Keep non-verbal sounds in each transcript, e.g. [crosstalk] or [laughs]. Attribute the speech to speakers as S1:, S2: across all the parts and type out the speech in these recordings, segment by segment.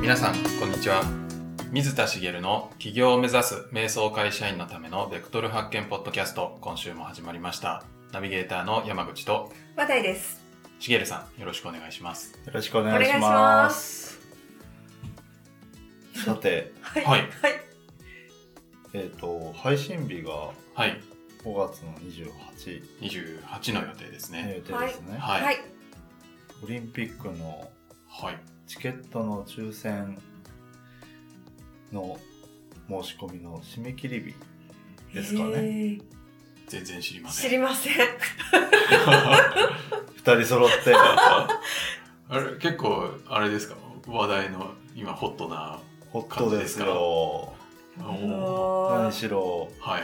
S1: 皆さんこんにちは水田茂の起業を目指す瞑想会社員のためのベクトル発見ポッドキャスト今週も始まりましたナビゲーターの山口と
S2: 話題です。
S1: 茂さんよろしくお願いします
S3: よろしくお
S2: お
S3: 願
S2: 願
S3: い
S2: い
S3: し
S2: し
S3: ま。
S2: ますす。
S3: さて、
S2: はい。
S1: はい
S3: えっ、と、配信日が
S1: はい
S3: 5月の28
S1: 28の予定です
S3: の
S1: ね
S3: 予定ですね、
S1: はい
S2: はい。
S3: オリンピックの
S1: はい
S3: チケットの抽選の申し込みの締め切り日ですかね。
S2: ね。
S1: 全然知りませ
S2: 知
S1: ん
S2: りません。
S3: 二人揃っ
S1: [laughs]
S3: て、
S1: あれ結構あれですか話題の今ホットな
S3: ホットですよ。
S1: おー
S3: 何
S2: ー
S3: しろ、
S1: はい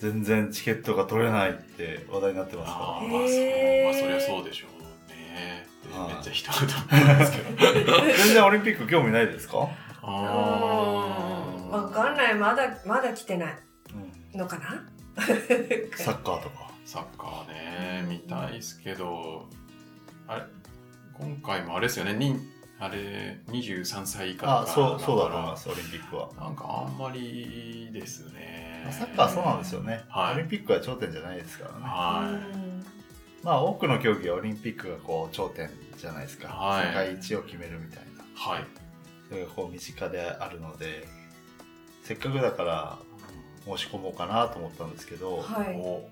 S3: 全然チケットが取れないって話題になってます
S1: あ
S3: か
S1: ーまあそう
S2: へー
S1: まあそりゃそうでしょうねで
S3: はい
S1: めっちゃ一言なんですけど
S3: ら。全然オリンピック興味ないですか、
S2: あーわかんない。まだまだ来てない
S3: うん、
S2: のかな。
S3: サッカーとか。
S1: サッカーね見たいですけどあれ今回もあれですよねにあれ23歳以下とか
S3: あ、そう、そうだと
S1: か
S3: 思いま
S1: ら
S3: す、オリンピックは。
S1: なんかあんまりですね
S3: サッカーはそうなんですよね、
S1: はい
S3: オリンピックは頂点じゃないですからね、
S1: はい
S3: まあ、多くの競技はオリンピックがこう頂点じゃないですか、
S1: はい
S3: 世界一を決めるみたいな
S1: はい
S3: それがこう身近であるのでせっかくだから申し込もうかなと思ったんですけど、
S2: はい。
S1: お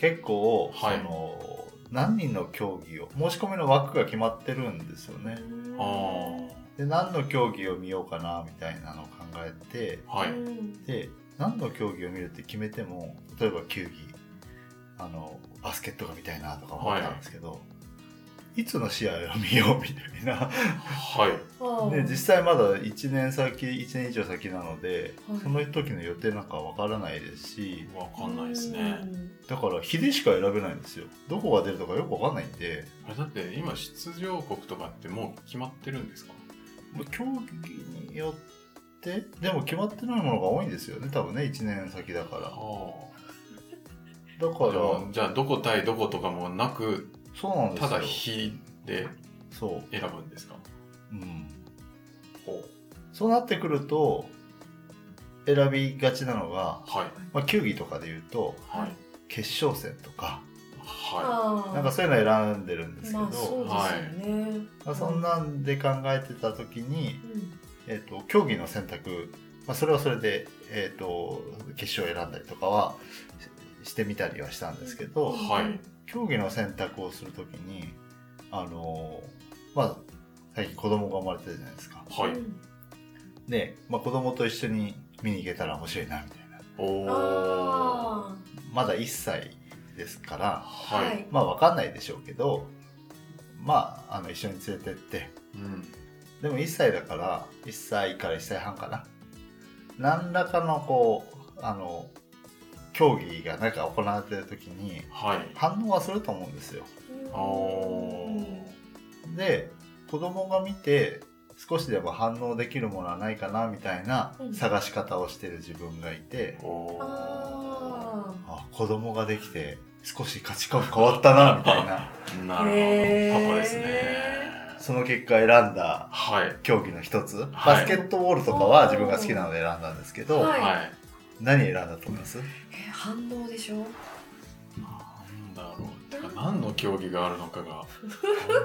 S3: 結構、
S1: はい
S3: その何人の競技を申し込みの枠が決まってるんですよね
S1: あ
S3: で何の競技を見ようかなみたいなのを考えて
S1: ーはい
S2: うん
S3: で何の競技を見るって決めても例えば球技あのバスケットが見たいなとか思ったんですけど、い、つの試合を見ようみたいな
S1: はい
S2: あー
S3: で実際まだ1年先1年以上先なので、
S2: はい
S3: その時の予定なんかわからないですし
S1: わかんないですね。
S3: だから日でしか選べないんですよどこが出るとかよくわかんないんで
S1: あれだって今出場国とかってもう決まってるんですか
S3: もう競技によってでも決まってないものが多いんですよね多分ね1年先だから
S1: あー
S3: だから
S1: でもじゃあどこ対どことかもなく
S3: そうなんです
S1: た
S3: よ
S1: だ日で
S3: そう
S1: 選ぶんですか
S3: うん
S1: ほ
S3: そうなってくると選びがちなのが、
S1: はい
S3: まあ、球技とかで言うと
S1: はい
S3: 決勝戦とか
S1: は
S2: あー
S3: なんかそういうの選んでるんですけど、
S2: まあそうですよね。
S3: まあそんなんで考えてた時に、
S2: うん。
S3: えっと競技の選択、まあ、それはそれで、えっと決勝を選んだりとかはししてみたりはしたんですけど、
S2: うん
S1: はい。
S3: 競技の選択をする時にあのまあ最近子供が生まれてるじゃないですか。
S1: いは
S2: う
S1: い
S2: ん
S3: で、まあ、子供と一緒に見に行けたら面白いなみたいな
S1: おお
S2: あ
S3: まだ1歳ですから
S2: あ。
S1: は
S2: はいい。
S3: まあ分かんないでしょうけどまああの一緒に連れてって
S1: うん
S3: でも1歳だから1歳から1歳半かな何らかのこうあの競技がなんか行われてる時に
S1: はい
S3: 反応はすると思うんですよ
S2: うん
S1: おお
S3: で子供が見て少しでも反応できるものはないかなみたいな
S2: うん
S3: 探し方をしてる自分がいて、
S1: おお
S2: あ
S3: あ子供ができて少し価値観変わったなみたいな
S1: なる
S2: へ
S1: ほど
S2: ー
S1: パパですね
S3: その結果選んだ
S1: はい
S3: 競技の一つ、バスケットボールとかは自分が好きなので選んだんですけど、
S2: はい
S1: はい
S3: 何選んだと思います
S2: ーえ反応でしょ。
S1: なんだろうてか何の競技があるのかが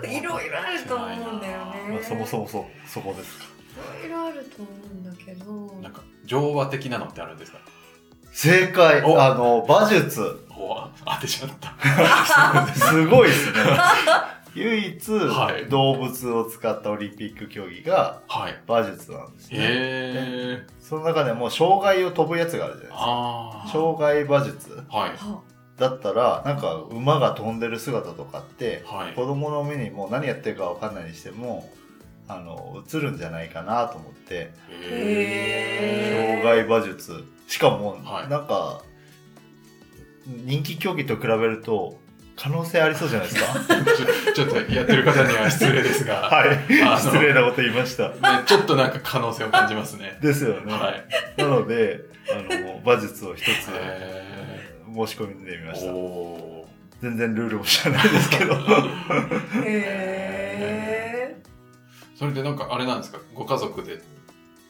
S2: いろいろあると思うんだよね
S3: まあそもそもそそこですか
S2: いろいろあると思うんだけど。
S1: なんか乗馬的なのってあるんですか
S3: 正解
S1: お
S3: あの馬術
S1: おー当てちゃった
S3: すごいですね
S1: [laughs]
S3: 唯一、
S1: はい
S3: 動物を使ったオリンピック競技が
S1: はい
S3: 馬術なんですね
S1: へえ
S3: その中でも障害を飛ぶやつがあるじゃない
S1: あ
S3: で
S1: あ
S3: すか障害馬術
S1: はい
S2: は
S3: だったらなんか馬が飛んでる姿とかって
S1: はい
S3: 子供の目にもう何やってるかわかんないにしてもあの映るんじゃないかなと思って
S2: へ
S3: 障害馬術しかも
S1: はい
S3: なんか、人気競技と比べると可能性ありそうじゃないですか
S1: [laughs] ちょちょっとやってる方には失礼ですが、
S3: はい
S1: あの
S3: 失礼なこと言いました
S1: ね、ちょっとなんか可能性を感じますね。
S3: ですよね、
S1: はい。
S3: なのであの馬術を一つ申
S1: へ
S3: し込んでみまし
S1: ー
S3: た
S1: おー [laughs]
S3: 全然ルールも知らないですけど
S2: [laughs] へえ。
S1: それでなんかあれなんですかご家族で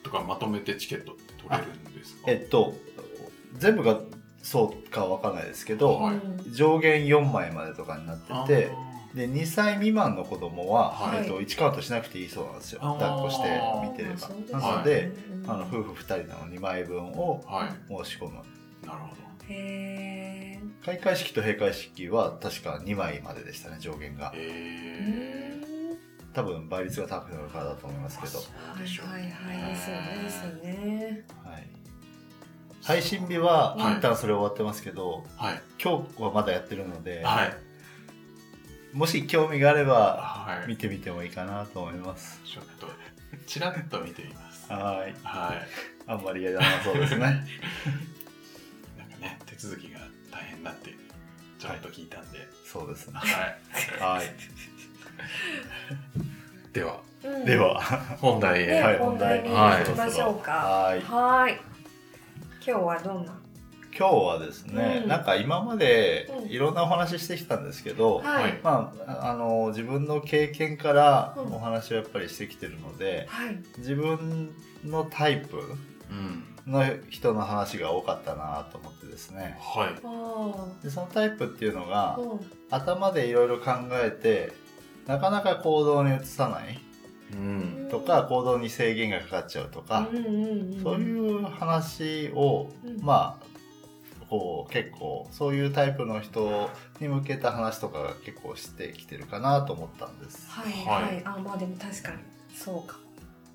S1: とかまとめてチケットって取れるんですか
S3: えっと全部がそうかわかんないですけど、
S1: はい
S3: 上限4枚までとかになっててで2歳未満の子供は、
S1: はい
S3: えっと、1カウントしなくていいそうなんですよ
S1: あー
S3: 抱っこして見てれ
S2: あそうです
S3: ば
S2: ね
S3: なので、
S2: うん
S3: あの夫婦2人の2枚分を
S1: あーはい
S3: 申し込む
S1: なるほ
S2: へ
S3: 開会式と閉会式は確か2枚まででしたね上限が
S1: ど
S2: え
S1: えー
S3: 多分倍率が高くなるからだと思いますけど、
S1: そうでしょう
S2: はい
S1: ね
S2: はいはいですよねですよね
S3: はい、配信日は
S2: はい
S3: 一旦それ終わってますけど、
S1: はい
S3: 今日はまだやってるので、
S1: はい
S3: もし興味があれば
S1: はい
S3: 見てみてもいいかなと思います
S1: ちょっとちらっと見てみます
S3: はい
S1: はい
S3: あんまりやらなそうです
S2: [laughs]
S3: ね
S1: なんかね手続きが大変だってちょっと聞いたんで
S3: そうですね
S1: はい
S3: はい
S1: [laughs] では
S2: うん
S3: では
S1: 本題へ、
S2: ね
S3: はい
S2: 本題に
S1: はい
S2: 行きましょうか
S3: はい
S2: はい今日はどんな
S3: 今日はですね、
S2: うん
S3: なんか今まで
S2: うん
S3: いろんなお話ししてきたんですけど、
S1: はい
S3: まあ、あの自分の経験から
S2: うん
S3: お話をやっぱりしてきてるので
S2: はい
S3: 自分のタイプ
S1: うん
S3: の人の話が多かったなと思ってですね
S1: はい
S2: あー
S3: でそのタイプっていうのが
S2: うん
S3: 頭でいろいろ考えてなかなか行動に移さない
S1: うん
S3: とか行動に制限がかかっちゃうとか
S2: う、んうんうん、
S3: そういう話を、
S2: うん
S3: まあこう結構そういうタイプの人に向けた話とかが結構してきてるかなと思ったんです。
S2: はい
S1: は
S2: はいい、あまあでも確かにそうか、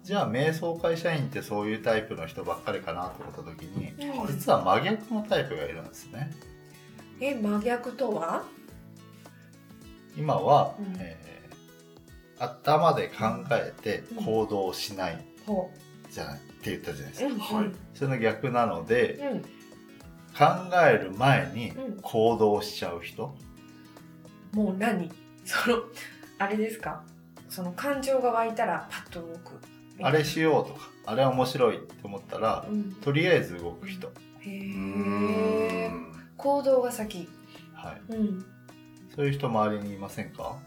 S3: じゃあ瞑想会社員ってそういうタイプの人ばっかりかなと思った時に
S2: うん
S3: 実は真逆のタイプがいるんですね
S2: え真逆とは
S3: 今は、
S2: うん
S3: えー頭で考えて
S2: うん
S3: 行動しない
S2: ほ
S3: じゃないって言ったじゃないです
S2: う、う
S3: か、
S2: ん
S1: はい
S3: それの逆なので
S2: うんうん、
S3: 考える前に
S2: うん
S3: 行動しちゃう人
S2: もう何そのあれですかその感情が湧いたらパッと動く
S3: あれしようとかあれ面白いって思ったら
S2: うん
S3: とりあえず動く人、
S2: へ
S1: う
S2: え
S1: ん
S2: 行動が先
S3: は
S2: う
S3: い、
S2: ん
S3: そういう人周りにいませんか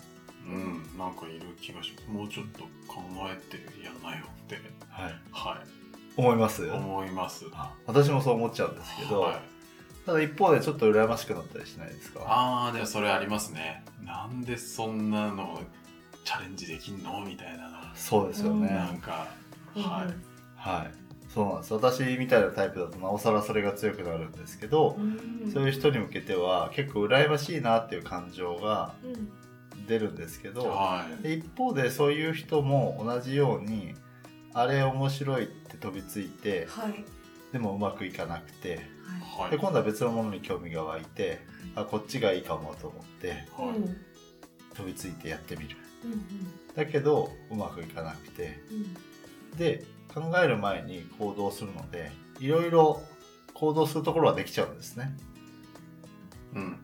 S1: うんなんかいる気がしますもうちょっと考えてやんなよって
S3: はい
S1: は
S3: 思います
S1: い思います
S3: あ私もそう思っちゃうんですけど、
S1: はい、
S3: ただ一方でちょっと羨ましくなったりしないですか
S1: ああでもそれありますねなんでそんなのチャレンジできんのみたいなの
S3: そうですよね、
S2: うん
S1: なんか、はい、
S3: はいそうなんです私みたいなタイプだとなおさらそれが強くなるんですけど
S2: う、んうん
S3: そういう人に向けては結構羨ましいなっていう感情が
S2: うん
S3: 出るんですけど
S1: はい
S3: で一方でそういう人も同じようにあれ面白いって飛びついて
S2: はいはい
S3: でもうまくいかなくて
S1: はい
S3: で今度は別のものに興味が湧いて
S2: は
S3: あこっちがいいかもと思って
S2: い
S1: はい
S2: うん
S3: 飛びついてやってみる
S2: うん
S3: だけどうまくいかなくて
S2: うんうん
S3: で考える前に行動するのでいろいろ行動するところはできちゃうんですね
S1: うん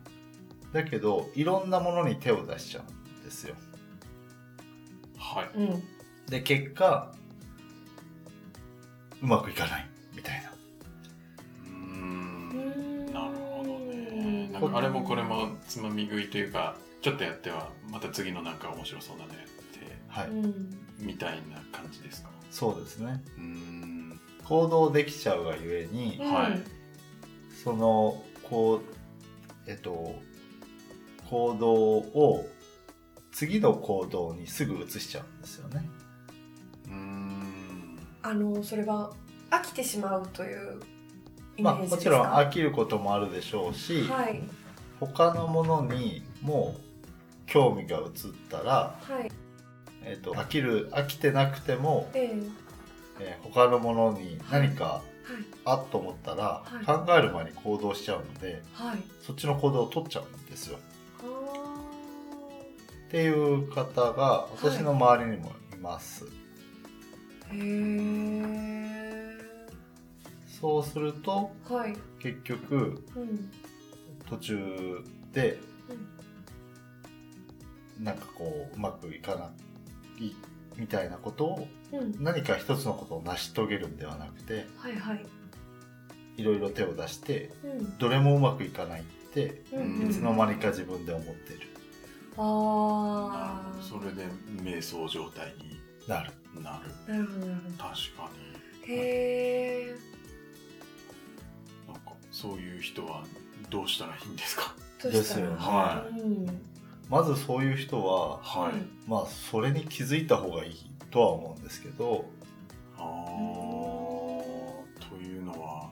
S3: だけどいろんなものに手を出しちゃうんですよ
S1: はい
S2: うん
S3: で結果うまくいかないみたいな
S1: うーん
S2: うん
S1: なるほどねなんかあれもこれもつまみ食いというかちょっとやってはまた次のなんか面白そうだねって
S3: はい、
S2: うん
S1: みたいな感じですか
S3: そうですね
S1: うーん
S3: 行動できちゃうがゆえに
S1: はい
S3: そのこうえっと行動を次の行動にすぐ移しちゃうんですよね
S1: うーん
S2: あのそれは飽きてしまうというイメ
S3: まあ
S2: ージ
S3: も
S2: ですか、
S3: ちろん飽きることもあるでしょうし、
S2: はい
S3: 他のものにもう興味が移ったら、
S2: はい
S3: えっと飽きる飽きてなくても、
S2: ええ
S3: えー他のものに何かあっと思ったら、
S2: はい
S3: 考える前に行動しちゃうので
S2: はいはい
S3: そっちの行動を取っちゃうんですよ。
S2: あー
S3: っていう方が私の周りにもいます。
S2: へえ。
S3: そうすると
S2: はい。
S3: 結局
S2: うん。
S3: 途中で
S2: うん
S3: なんかこううまくいかないみたいなことを
S2: うん。
S3: 何か一つのことを成し遂げるんではなくて
S2: はいはい。
S3: いろいろ手を出して
S2: うん。
S3: どれもうまくいかないって
S2: うんうん
S3: いつの間にか自分で思ってる、
S2: ああ。
S1: それで瞑想状態に
S3: なる
S1: なる
S2: なるほどなるほ
S1: 確か
S2: どへえ
S1: になんかそういう人はどうしたらいいんですか
S2: どう
S3: です
S2: した
S3: よね
S2: ら
S1: は
S2: うん
S3: まずそういう人は
S1: はい、
S3: まあそれに気づいた方がいいとは思うんですけど
S1: あーというのは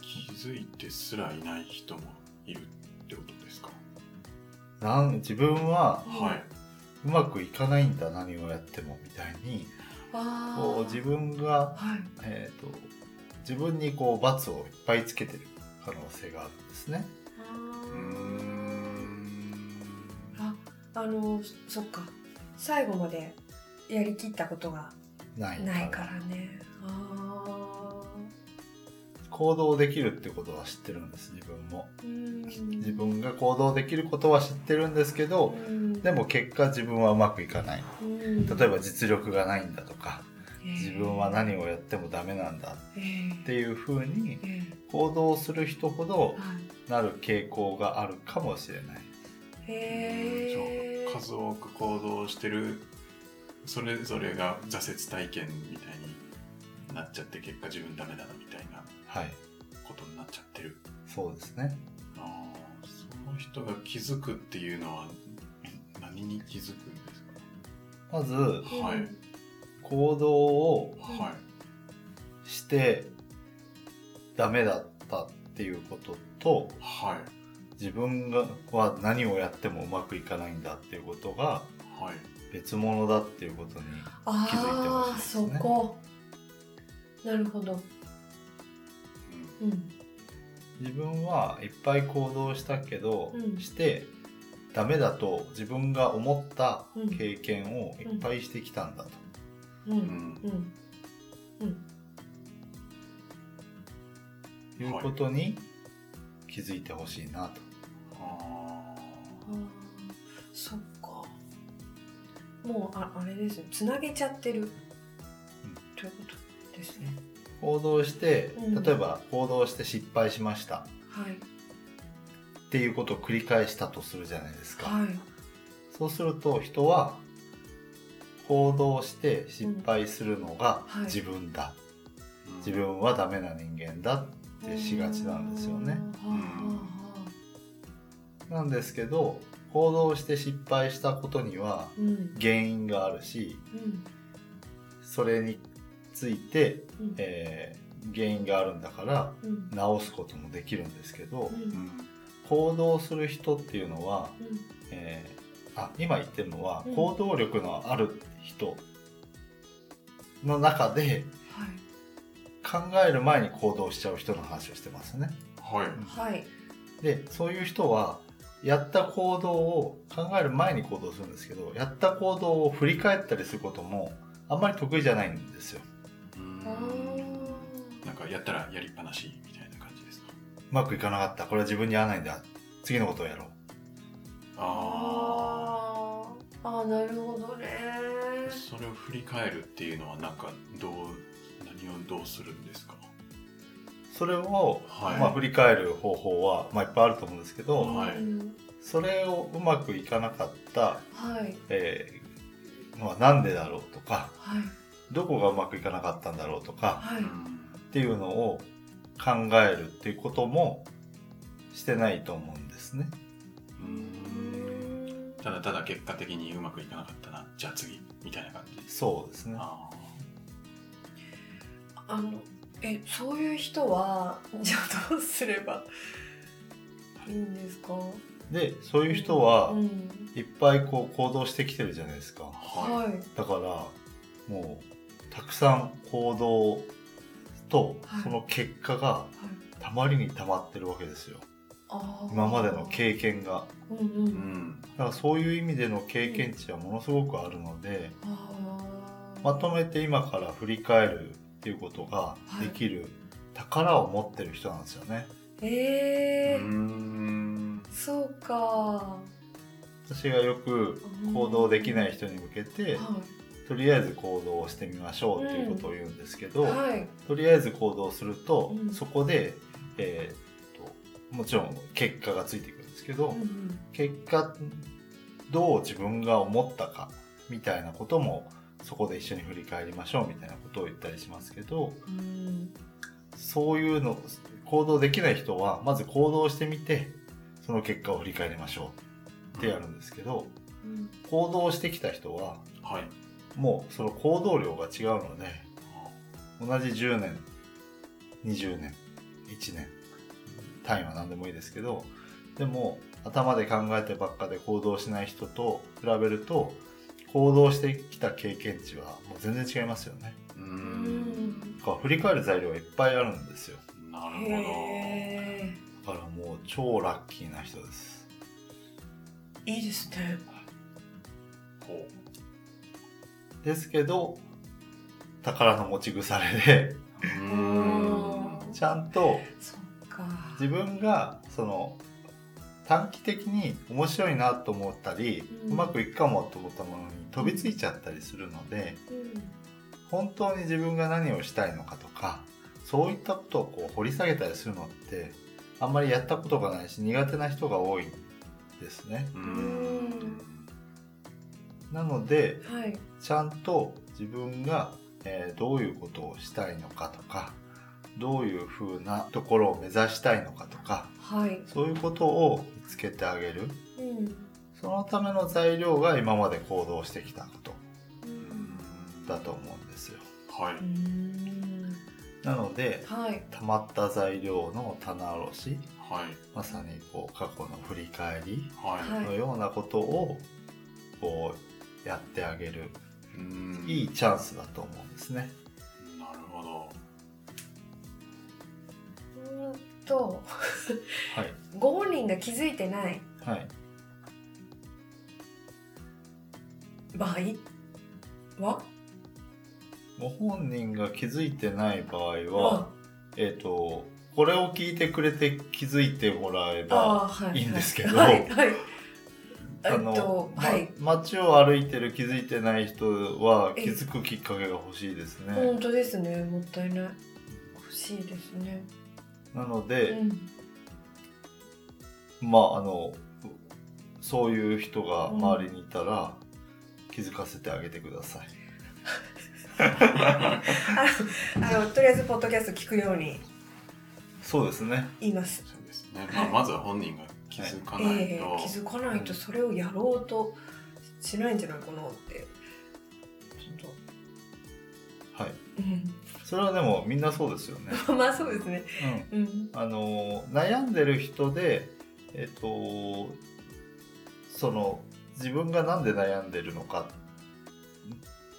S1: 気づいてすらいない人もいるってことですか、
S3: なん自分は
S2: うん
S1: はい、
S3: うまくいかないんだ何をやってもみたいに
S2: ああ
S3: こう自分が、
S2: はい
S3: えー、と自分にこう罰をいっぱいつけてる可能性があるんですね。
S2: あ
S1: う
S2: ー
S1: ーん
S2: ああのそっか最後までやりきったことが
S3: ないから
S2: ないからねあ
S3: 行動できるってことは知ってるんです自分も。
S2: あうん
S3: 自分が行動できることは知ってるんですけど
S2: うん
S3: でも結果自分はうまくいかない
S2: うん
S3: 例えば実力がないんだとか
S2: えー
S3: 自分は何をやってもダメなんだ
S2: えー
S3: っていう風に
S2: えー
S3: 行動する人ほど
S2: はい
S3: なる傾向があるかもしれない
S1: う
S2: へえ
S1: んそう数多く行動してるそれぞれが挫折体験みたいになっちゃって結果自分ダメだなみたいな
S3: はい
S1: ことになっちゃってる
S3: そうですね
S1: あーその人が気づくっていうのはえ何に気づくんです
S3: まず
S1: かはい、
S2: うん
S3: 行動を
S1: はい
S3: してダメだったっていうことと
S1: はい
S3: 自分がは何をやってもうまくいかないんだっていうことが
S1: はい
S3: 別物だっていうことに気づいて
S2: あ
S3: ほ
S2: あ
S3: しい
S2: そ
S3: ですね
S2: こなるほどうん
S3: 自分はいっぱい行動したけど、
S2: うん
S3: してダメだと自分が思った
S2: うん
S3: 経験をいっぱいしてきたんだと、
S2: うん
S1: うん、うん
S2: うんうん
S3: いうことに気づいてほしいなと、
S1: あ
S2: あーそっかもうああれですよつなげちゃってる、ということですね
S3: 行動して
S2: うん
S3: 例えば行動して失敗しました
S2: はい
S3: っていうことを繰り返したとするじゃないですか、
S2: はい
S3: そうすると人は行動して失敗するのが
S2: うんはい
S3: 自分だ、
S1: ーうん
S3: 自分はダメな人間だってしがちなんですよね、
S2: あーはあはあはあ
S3: なんですけど行動して失敗したことには
S2: うんうん
S3: 原因があるしそれについて、
S2: うん
S3: えー原因があるんだから
S2: うんうん
S3: 直すこともできるんですけど
S2: うん
S1: うん
S3: 行動する人っていうのは、
S2: うん
S3: えーあ今言ってるのは
S2: うん
S3: 行動力のある人の中で考える前に行動しちゃう人の話をしてますね。
S1: はい
S2: はいはい
S3: でそういう人はやった行動を考える前に行動するんですけどやった行動を振り返ったりすることもあんまり得意じゃないんですよ
S1: うーん
S2: あ
S1: なんかやったらやりっぱなしみたいな感じですか
S3: うまくいかなかったこれは自分に合わないんだ次のことをやろう
S1: あ
S2: あーあーなるほどね
S1: あそれを振り返るっていうのはなんかどう何をどうするんですか
S3: それを、
S1: はい
S3: まあ、振り返る方法は、まあ、いっぱいあると思うんですけど、
S1: はい
S2: うん
S3: それをうまくいかなかった、
S2: はい
S3: えーのはなんでだろうとか
S2: はい
S3: どこがうまくいかなかったんだろうとか
S2: は
S1: う
S2: い
S1: ん
S3: っていうのを考えるっていうこともしてないと思うんですね。
S1: うーんただただ結果的にうまくいかなかったなじゃあ次みたいな感じです
S3: そうですね。
S1: あ
S2: あのえそういう人はじゃあどうすればいいんですか
S3: でそういう人は
S2: うん、
S3: いっぱいこう行動してきてるじゃないですか
S1: あはい
S2: はい
S3: だからもうたくさん行動と
S2: はい
S3: その結果がたまりにたまってるわけですよ
S2: あー
S3: 今までの経験が
S2: うんう
S1: うんん
S3: だからそういう意味での経験値はものすごくあるので
S2: あー
S3: まとめて今から振り返るっていうことができる宝を持ってる人なんですよね
S2: え
S1: うー
S2: ー
S1: ん
S2: そうか
S3: 私がよく行動できない人に向けて
S2: は
S3: とりあえず行動をしてみましょうっていうことを言うんですけど、
S2: い、はい、
S3: とりあえず行動すると、
S2: うん
S3: そこで、えーっともちろん結果がついてくるんですけど、
S2: うんうん
S3: 結果どう自分が思ったかみたいなこともそこで一緒に振り返りましょうみたいなことを言ったりしますけど
S2: うん
S3: そういうの行動できない人はまず行動してみてその結果を振り返りましょうってやるんですけど
S2: うん
S3: 行動してきた人は
S1: はい。
S3: もうその行動量が違うので同じ10年20年1年単位は何でもいいですけどでも頭で考えてばっかで行動しない人と比べると行動してきた経験値はもう全然違いますよね。
S1: うー。
S2: うんん
S3: だから振り返る材料はいっぱいあるんですよ。
S1: なるほど。
S2: へ
S3: だからもう超ラッキーな人です。
S2: えいいですね
S1: こ
S3: ですけど宝の持ち腐れで
S1: う。うーん。
S3: ちゃんと
S2: そっか
S3: 自分がその短期的に面白いなと思ったり、う
S2: うん
S3: まくいくかもと思ったものに飛びついちゃったりするので
S2: うん
S3: 本当に自分が何をしたいのかとかそういったことをこう掘り下げたりするのってあんまりやったことがないし苦手な人が多いんですね。
S1: うーん。
S3: なので
S2: はい
S3: ちゃんと自分が、えーどういうことをしたいのかとかどういうふうなところを目指したいのかとか
S2: はい
S3: そういうことを見つけてあげる
S2: うん
S3: そのための材料が今まで行動してきたこと
S2: う
S1: うんん
S3: だと。思うんですよ
S1: はい。
S2: うん
S3: なので
S2: はい
S3: 溜まった材料の棚卸し
S1: はい。
S3: まさにこう過去の振り返り
S1: は
S2: はい
S3: のようなことをこうやってあげる
S1: い。うーん
S3: いい。チャンスだと思うんですね
S1: なるほど。
S2: うーんと
S3: はい
S2: ご本人が気づいてない
S3: はい
S2: 場合は
S3: ご本人が気づいてない場合は、
S2: あ
S3: えっ、とこれを聞いてくれて気づいてもらえば
S2: あーはい
S3: いいんですけど
S2: はいはいえ
S3: あ
S2: っと
S3: の、ま
S2: はい
S3: 街を歩いてる気づいてない人は気づくきっかけが欲しいですね
S2: 本当ですねもったいない欲しいですね
S3: なの
S2: う
S3: で、
S2: ん
S3: まああのそういう人が周りにいたら気づかせてあげてください、
S2: あのとりあえずポッドキャスト聞くように
S3: そうですね
S2: 言います
S1: そうですね。まあ、まずは本人が気づかない
S2: ええ
S1: と。
S2: 気づかないとそれをやろうとしないんじゃないかなってちょっと
S3: はい
S2: うん
S3: それはでもみんなそうですよね、
S2: まあそうですね
S3: うん、
S2: うん
S3: あの悩んでる人でえっ、とその自分がなんで悩んでるのか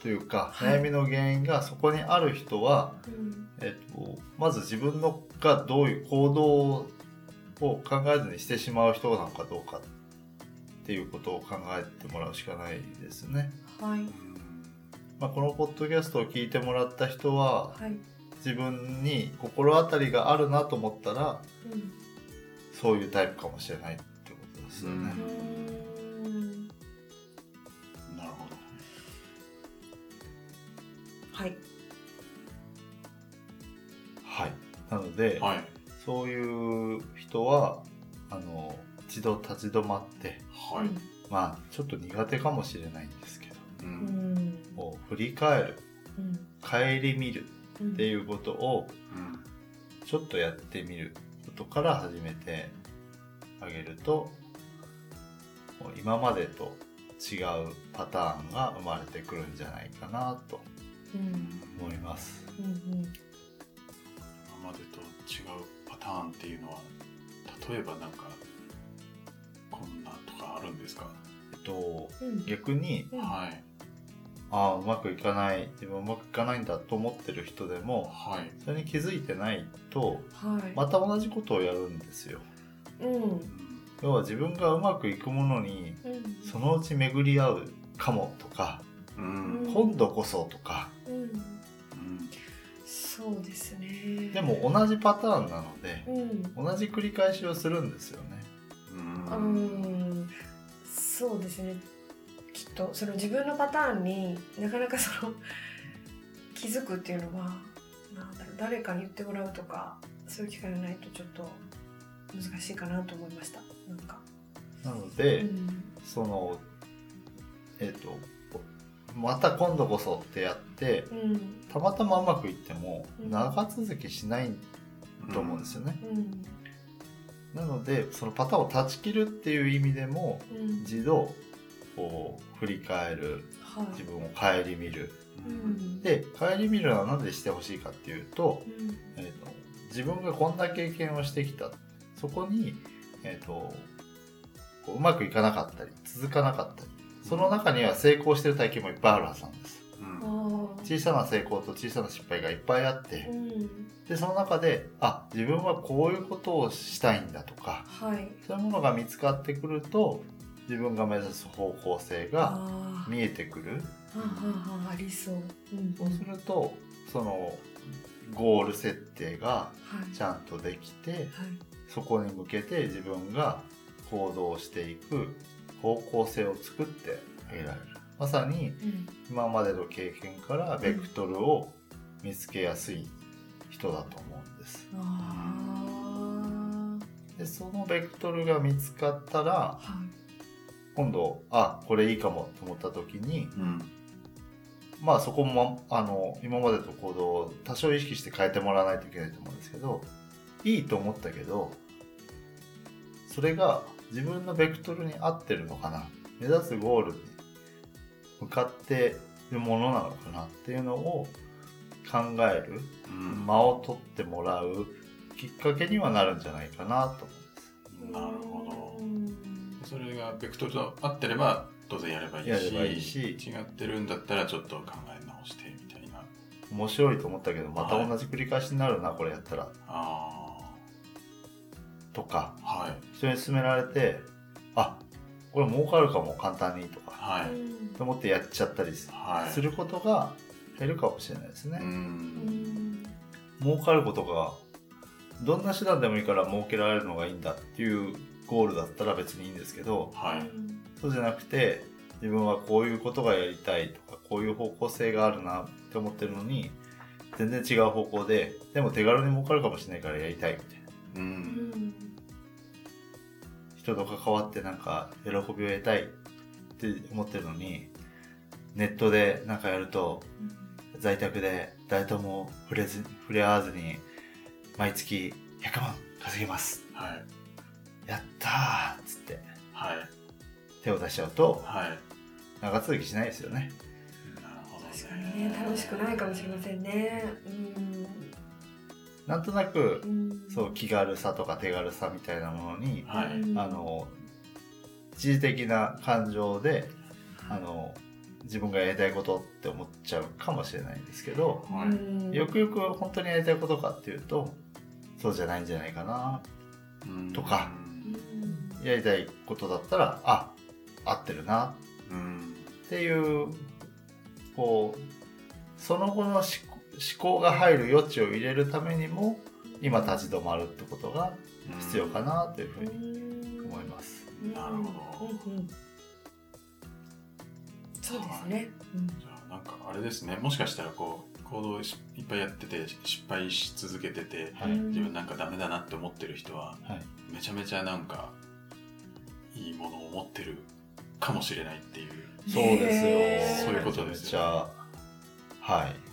S3: というか、
S2: はい
S3: 悩みの原因がそこにある人は
S2: うん
S3: えっと、まず自分のがどういう行動を考えずにしてしまう人なのかどうかっていうことを考えてもらうしかないですね。
S2: はいう
S1: ーん
S3: まあ、このポッドキャストを聞いてもらった人は
S2: はい
S3: 自分に心当たりがあるなと思ったら
S2: うん
S3: そういうタイプかもしれないってことですよね
S2: う。ーん
S1: なるほど。
S2: はい
S3: はい、なので、
S1: はい。
S3: そういう人はあの一度立ち止まって
S1: はい。
S3: まあちょっと苦手かもしれないんですけど
S1: う。
S2: うんん
S3: もう振り返る
S2: うん
S3: 顧みる
S2: うん
S3: っていうことを
S1: うん。
S3: ちょっとやってみることから始めてあげるとこう今までと違うパターンが生まれてくるんじゃないかなと
S2: うん
S3: 思います
S2: うんうん
S1: 今までと違うパターンっていうのは例えばなんかこんなとかあるんですか、
S3: えっと
S2: うん
S3: 逆に
S2: うん
S1: はい
S3: ああうまくいかない自分うまくいかないんだと思ってる人でも
S1: はい
S3: それに気づいてないと
S2: はい
S3: また同じことをやるんですよ
S2: うん
S1: う
S3: 要は自分がうまくいくものに
S2: うん
S3: そのうち巡り合うかもとか
S1: んうん
S3: 今度こそとか
S2: うん
S1: うん
S2: そうですね
S3: でも同じパターンなので
S2: うん
S3: 同じ繰り返しをするんですよね。
S1: うん
S2: うんそうですねきっとその自分のパターンになかなかその気づくっていうのはなんだろう誰かに言ってもらうとかそういう機会がないとちょっと難しいかなと思いましたなんか、
S3: なの
S2: う
S3: で、
S2: ん
S3: そのえっ、とまた今度こそってやって
S2: うん
S3: たまたまうまくいっても
S2: うん
S3: 長続きしないと思うんですよね、
S2: うん
S3: なのでそのパターンを断ち切るっていう意味でも
S2: うん
S3: 一度こう振り返る
S2: は
S3: 自
S2: い
S3: 分を顧みる
S2: うん
S3: で顧みるのは何でしてほしいかっていうと,、
S2: うん
S3: えーと自分がこんな経験をしてきたそこに、えー、とこううまくいかなかったり続かなかったりその中には成功してる体験もいっぱいあるはずなんです
S1: うん
S2: あー
S3: 小さな成功と小さな失敗がいっぱいあって
S2: うん
S3: でその中であ自分はこういうことをしたいんだとか
S2: はい
S3: そういうものが見つかってくると自分が目指す方向性が
S2: あー
S3: 見えてくる
S2: はあはあはあありそううん
S3: そうするとそのゴール設定が
S2: はい
S3: ちゃんとできて
S2: はい
S3: そこに向けて自分が行動していく方向性を作ってあげられるまさに
S2: うん
S3: 今までの経験からベクトルを見つけやすい人だと思うんです
S2: あ
S3: でそのベクトルが見つかった
S2: あ
S3: ら
S2: はい
S3: 今度あこれいいかもと思った時に
S1: うん
S3: まあそこもあの今までと行動を多少意識して変えてもらわないといけないと思うんですけどいいと思ったけどそれが自分のベクトルに合ってるのかな目指すゴールに向かってるものなのかなっていうのを考える
S1: うん
S3: 間を取ってもらうきっかけにはなるんじゃないかなと思
S1: なるほ
S2: うん
S1: どそれがベクトルと合ってれば当然やればいい
S3: やれ
S1: し
S3: ばいいし
S1: 違ってるんだったらちょっと考え直してみたいな
S3: 面白いと思ったけどま
S1: は
S3: た
S1: い
S3: 同じ繰り返しになるなこれやったら
S1: あ
S3: とか
S1: あはい
S3: 人に勧められてあこれ儲かるかも簡単にとか
S1: は
S2: う
S1: い
S2: ん
S3: と思ってやっちゃったりす
S1: はい
S3: することが減るかもしれないです
S1: う
S3: ね、
S1: ん
S3: 儲かることがどんな手段でもいいから儲けられるのがいいんだっていうゴールだったら別にいいんですけど
S1: はい
S2: うん
S3: そうじゃなくて自分はこういうことがやりたいとかこういう方向性があるなって思ってるのに全然違う方向ででも手軽に儲かるかもしれないからやりたいみたいな
S1: う
S2: うんん
S3: 人と関わってなんか喜びを得たいって思ってるのにネットでなんかやると在宅で誰とも触れず触れ合わずに毎月100万稼げます
S1: はい
S3: やったーっつって
S1: はい
S3: 手を出しちゃうと
S1: はい
S3: 長続きしないですよね
S1: なるほど
S2: 確かにね楽しくないかもしれませんねう
S3: なんとなく
S2: んん
S3: そう気軽さとか手軽さみたいなものに
S1: はい
S2: うん
S3: あの一時的な感情であの自分がやりたいことって思っちゃうかもしれないんですけど
S1: はい
S2: うん
S3: よくよく本当にやりたいことかっていうとそうじゃないんじゃないかな
S1: うん
S3: とか
S2: うん
S3: やりたいことだったらあ合ってるな
S1: うん
S3: っていうこうその後の思考思考が入る余地を入れるためにも今立ち止まるってことが必要かなというふうに
S2: うん
S3: 思います。
S1: なるほど
S2: うんうんそうですねうん
S1: じゃあなんかあれですねもしかしたらこう行動しいっぱいやってて失敗し続けてて
S3: はい
S2: うん
S1: 自分なんかダメだなって思ってる人は
S3: はい、
S1: めちゃめちゃなんかいいものを持ってるかもしれないっていう
S3: そうです
S2: へ
S3: よ
S2: ー
S1: そういうことですよ
S3: めちゃは
S1: あ
S3: い
S1: ー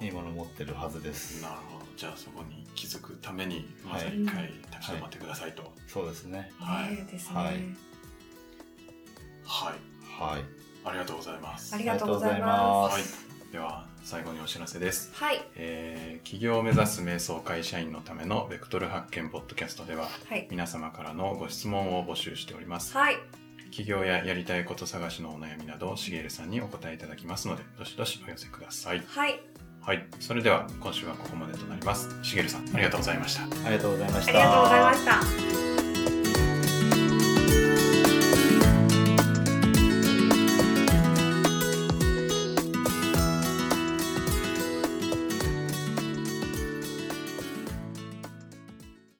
S3: いいもの持ってるはずです
S1: なるほどじゃあそこに気づくために
S3: はい
S1: まず一回立ち止まってくださいと
S3: そうですね
S1: はい
S2: ねえですね
S3: はい
S1: はい
S3: はい
S1: ありがとうございます
S2: ありがとうございま
S1: はい
S2: す
S1: では最後にお知らせです
S2: はい
S1: えー起業を目指す瞑想会社員のためのベクトル発見ポッドキャストでは
S2: はい
S1: 皆様からのご質問を募集しております
S2: はい
S1: 起業ややりたいこと探しのお悩みなどしげるさんにお答えいただきますのでどしどしお寄せください
S2: はい
S1: はいそれでは今週はここまでとなりますしげるさんありがとうございました
S3: ありがとうございまし
S2: あ
S3: た
S2: りがとうございました